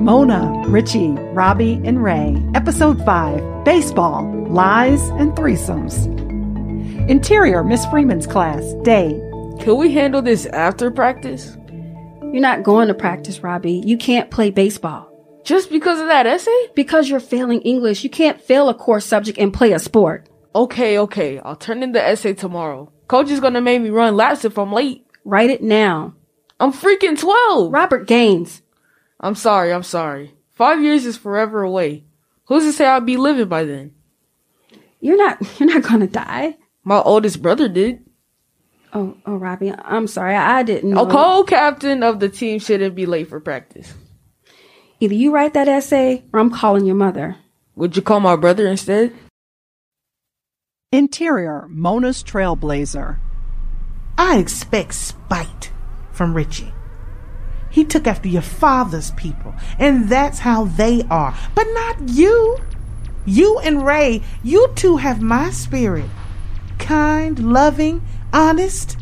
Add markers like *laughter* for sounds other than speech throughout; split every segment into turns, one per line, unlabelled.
Mona, Richie, Robbie, and Ray, Episode 5 Baseball, Lies, and Threesomes. Interior, Miss Freeman's class, day.
Can we handle this after practice?
You're not going to practice, Robbie. You can't play baseball.
Just because of that essay?
Because you're failing English, you can't fail a core subject and play a sport.
Okay, okay. I'll turn in the essay tomorrow. Coach is gonna make me run laps if I'm late.
Write it now.
I'm freaking 12!
Robert Gaines.
I'm sorry, I'm sorry. Five years is forever away. Who's to say I'll be living by then?
You're not *laughs* you're not gonna die.
My oldest brother did.
Oh oh Robbie, I'm sorry, I didn't know.
A co-captain of the team shouldn't be late for practice.
Either you write that essay or I'm calling your mother.
Would you call my brother instead?
Interior, Mona's Trailblazer.
I expect spite from Richie. He took after your father's people, and that's how they are. But not you. You and Ray, you two have my spirit. Kind, loving, honest.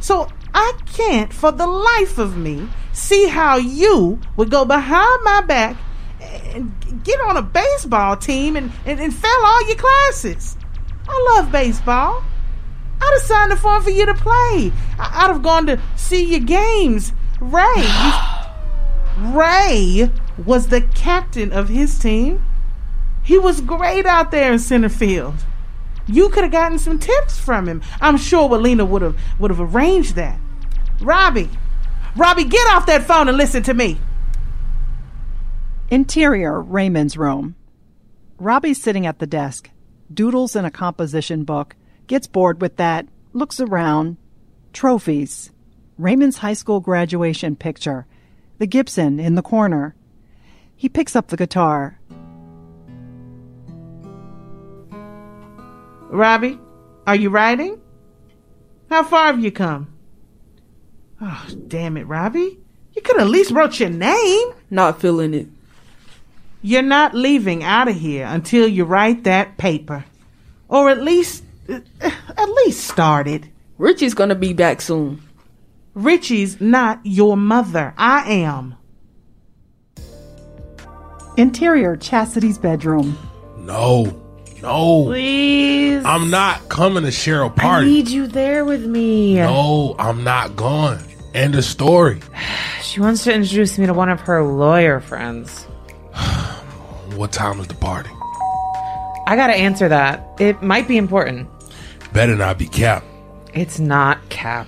So I can't, for the life of me, see how you would go behind my back and get on a baseball team and, and, and fail all your classes. I love baseball. I'd have signed the form for you to play. I, I'd have gone to see your games. Ray, you, Ray was the captain of his team. He was great out there in center field. You could have gotten some tips from him. I'm sure Walina would have would have arranged that. Robbie, Robbie, get off that phone and listen to me.
Interior, Raymond's room. Robbie's sitting at the desk, doodles in a composition book, gets bored with that, looks around. Trophies. Raymond's high school graduation picture, the Gibson in the corner. He picks up the guitar.
Robbie, are you writing? How far have you come? Oh, damn it, Robbie. You could at least wrote your name.
Not feeling it.
You're not leaving out of here until you write that paper. Or at least, uh, at least start it.
Richie's gonna be back soon.
Richie's not your mother. I am.
Interior, Chastity's bedroom.
No, no.
Please.
I'm not coming to share a
I
party.
need you there with me.
no, I'm not going. End of story.
She wants to introduce me to one of her lawyer friends.
What time is the party?
I gotta answer that. It might be important.
Better not be capped.
It's not Cap.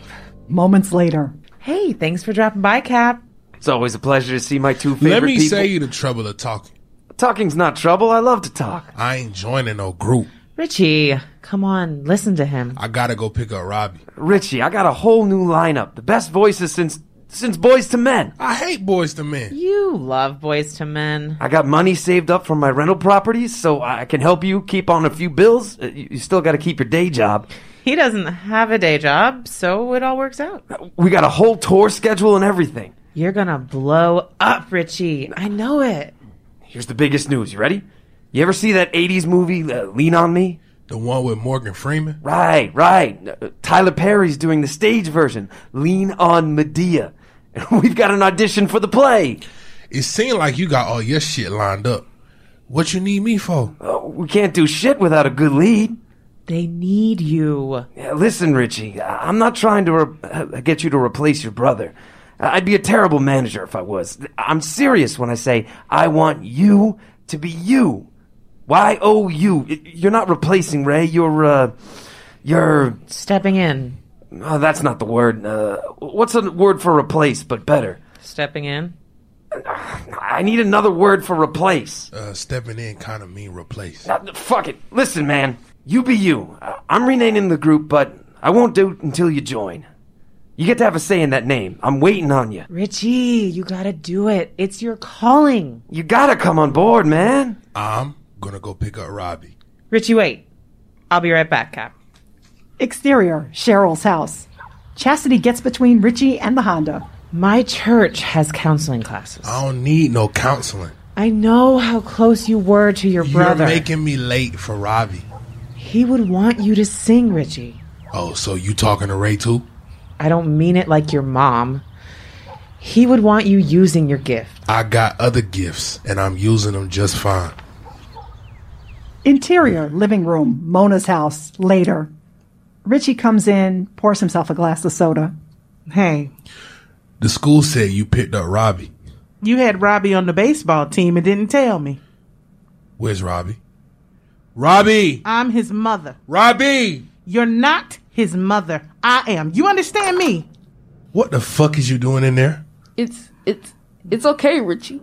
Moments later,
Hey, thanks for dropping by, Cap.
It's always a pleasure to see my two favorite
Let me
people.
say you the trouble of talking.
Talking's not trouble. I love to talk.
I ain't joining no group.
Richie, come on, listen to him.
I gotta go pick up Robbie.
Richie, I got a whole new lineup. The best voices since since Boys to Men.
I hate boys to men.
You love boys to men.
I got money saved up from my rental properties, so I can help you keep on a few bills. Uh, You you still got to keep your day job.
He doesn't have a day job, so it all works out.
We got a whole tour schedule and everything.
You're gonna blow up, Richie. I know it.
Here's the biggest news. You ready? You ever see that '80s movie uh, Lean on Me?
The one with Morgan Freeman.
Right, right. Uh, Tyler Perry's doing the stage version. Lean on Medea. *laughs* We've got an audition for the play.
It seemed like you got all your shit lined up. What you need me for?
Uh, we can't do shit without a good lead.
They need you.
Yeah, Listen, Richie, I- I'm not trying to re- uh, get you to replace your brother. I- I'd be a terrible manager if I was. I'm serious when I say I want you to be you. Y O U. Y- You're not replacing Ray. You're, uh, you're.
Stepping in.
Oh, that's not the word. Uh, what's a word for replace, but better?
Stepping in.
I need another word for replace.
Uh, stepping in kind of mean replace.
Uh, fuck it. Listen, man. You be you. Uh, I'm renaming the group, but I won't do it until you join. You get to have a say in that name. I'm waiting on you.
Richie, you gotta do it. It's your calling.
You gotta come on board, man.
I'm gonna go pick up Robbie.
Richie, wait. I'll be right back, Cap.
exterior, Cheryl's house. Chastity gets between Richie and the Honda.
My church has counseling classes.
I don't need no counseling.
I know how close you were to your brother.
You're making me late for Robbie.
he would want you to sing, Richie.
Oh, so you talking to Ray too?
I don't mean it like your mom. He would want you using your gift.
I got other gifts and I'm using them just fine.
Interior, living room, Mona's house, later. Richie comes in, pours himself a glass of soda.
Hey,
The school said you picked up Robbie.
you had Robbie on the baseball team and didn't tell me.
Where's Robbie? Robbie!
I'm his mother.
Robbie!
You're not his mother. I am. You understand me?
What the fuck is you doing in there?
It's it's it's okay, Richie.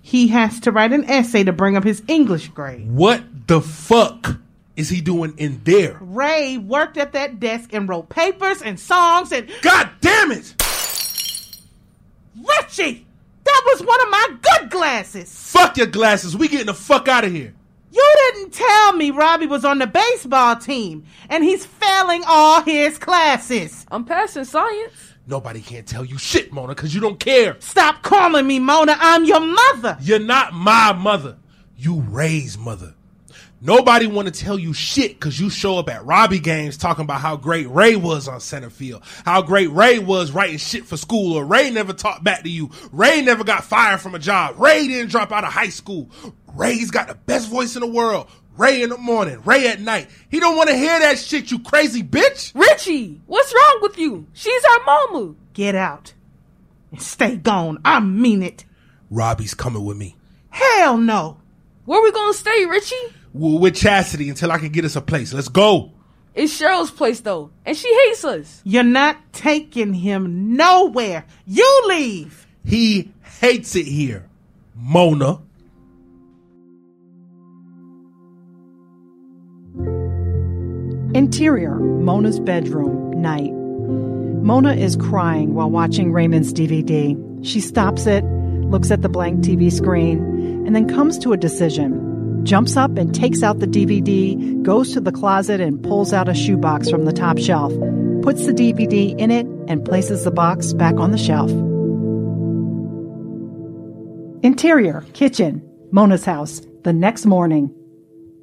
He has to write an essay to bring up his English grade.
What the fuck is he doing in there?
Ray worked at that desk and wrote papers and songs and
God damn it!
Richie! That was one of my good glasses!
Fuck your glasses. We getting the fuck out of here.
You didn't tell me Robbie was on the baseball team and he's failing all his classes.
I'm passing science.
Nobody can't tell you shit, Mona, because you don't care.
Stop calling me Mona, I'm your mother.
You're not my mother. You Ray's mother. Nobody want to tell you shit because you show up at Robbie games talking about how great Ray was on center field, how great Ray was writing shit for school, or Ray never talked back to you. Ray never got fired from a job. Ray didn't drop out of high school. Ray's got the best voice in the world. Ray in the morning, Ray at night. He don't want to hear that shit, you crazy bitch.
Richie, what's wrong with you? She's our mama.
Get out and stay gone. I mean it.
Robbie's coming with me.
Hell no.
Where we gonna stay, Richie?
W- With Chastity until I can get us a place. Let's go.
It's Cheryl's place though, and she hates us.
You're not taking him nowhere. You leave.
He hates it here. Mona.
Interior, Mona's bedroom, night. Mona is crying while watching Raymond's DVD. She stops it, looks at the blank TV screen, and then comes to a decision. Jumps up and takes out the DVD, goes to the closet and pulls out a shoebox from the top shelf, puts the DVD in it, and places the box back on the shelf. Interior, kitchen, Mona's house, the next morning.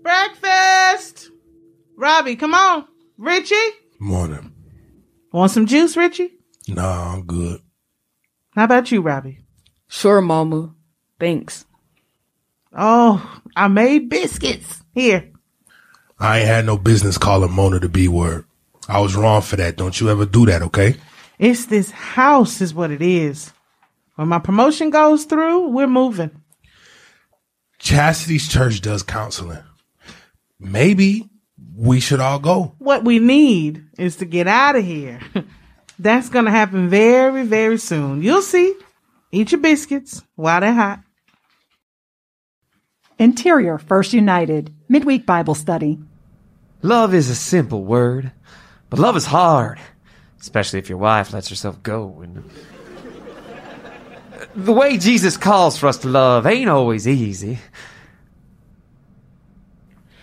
Breakfast. Robbie, come on. Richie?
Morning.
Want some juice, Richie?
Nah, I'm good.
How about you, Robbie?
Sure, mama. Thanks.
Oh, I made biscuits. Here.
I ain't had no business calling Mona the B word. I was wrong for that. Don't you ever do that, okay?
It's this house, is what it is. When my promotion goes through, we're moving.
Chastity's church does counseling. Maybe we should all go.
What we need is to get out of here. *laughs* That's going to happen very, very soon. You'll see. Eat your biscuits while they're hot.
Interior, First United, midweek Bible study.
Love is a simple word, but love is hard, especially if your wife lets herself go. And the way Jesus calls for us to love ain't always easy.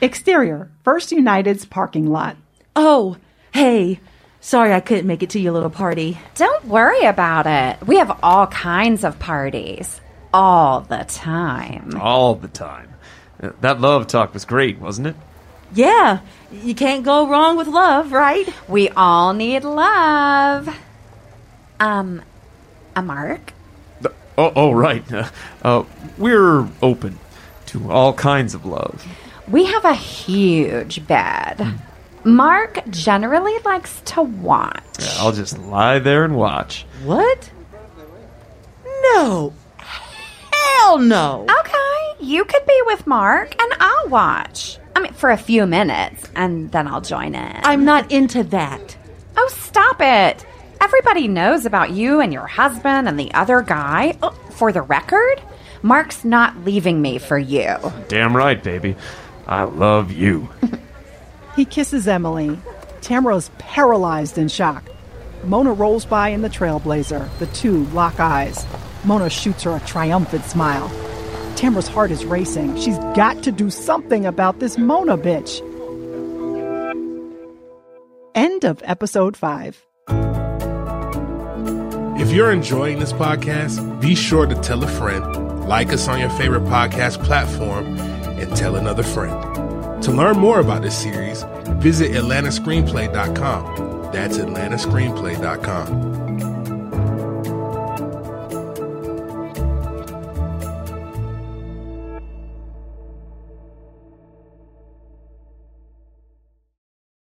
Exterior, First United's parking lot.
Oh, hey. Sorry I couldn't make it to your little party.
Don't worry about it. We have all kinds of parties. All the time.
All the time. Uh, That love talk was great, wasn't it?
Yeah, you can't go wrong with love, right?
We all need love. Um, a mark?
The- Oh, oh right. Uh, uh, we're open to all kinds of love.
We have a huge bed.
Hmm.
Mark generally likes to watch.
Yeah, I'll just lie there and watch.
What? No. Hell no.
Okay, you could be with Mark and I'll watch. I mean, for a few minutes and then I'll join in.
I'm not into that.
oh, stop it. Everybody knows about you and your husband and the other guy. Oh, for the record, Mark's not leaving me for you.
Damn right, baby. I love you.
He kisses Emily. Tamara is paralyzed in shock. Mona rolls by in the Trailblazer. The two lock eyes. Mona shoots her a triumphant smile. Tamara's heart is racing. She's got to do something about this Mona bitch. End of episode five.
If you're enjoying this podcast, be sure to tell a friend, like us on your favorite podcast platform, and tell another friend. To learn more about this series, visit AtlantaScreenplay.com. That's AtlantaScreenplay.com.